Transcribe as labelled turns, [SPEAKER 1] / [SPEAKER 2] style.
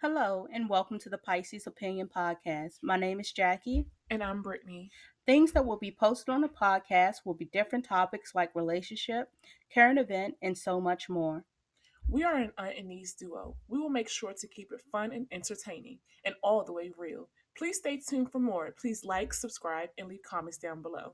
[SPEAKER 1] Hello, and welcome to the Pisces Opinion Podcast. My name is Jackie.
[SPEAKER 2] And I'm Brittany.
[SPEAKER 1] Things that will be posted on the podcast will be different topics like relationship, current event, and so much more.
[SPEAKER 2] We are an aunt and niece duo. We will make sure to keep it fun and entertaining and all the way real. Please stay tuned for more. Please like, subscribe, and leave comments down below.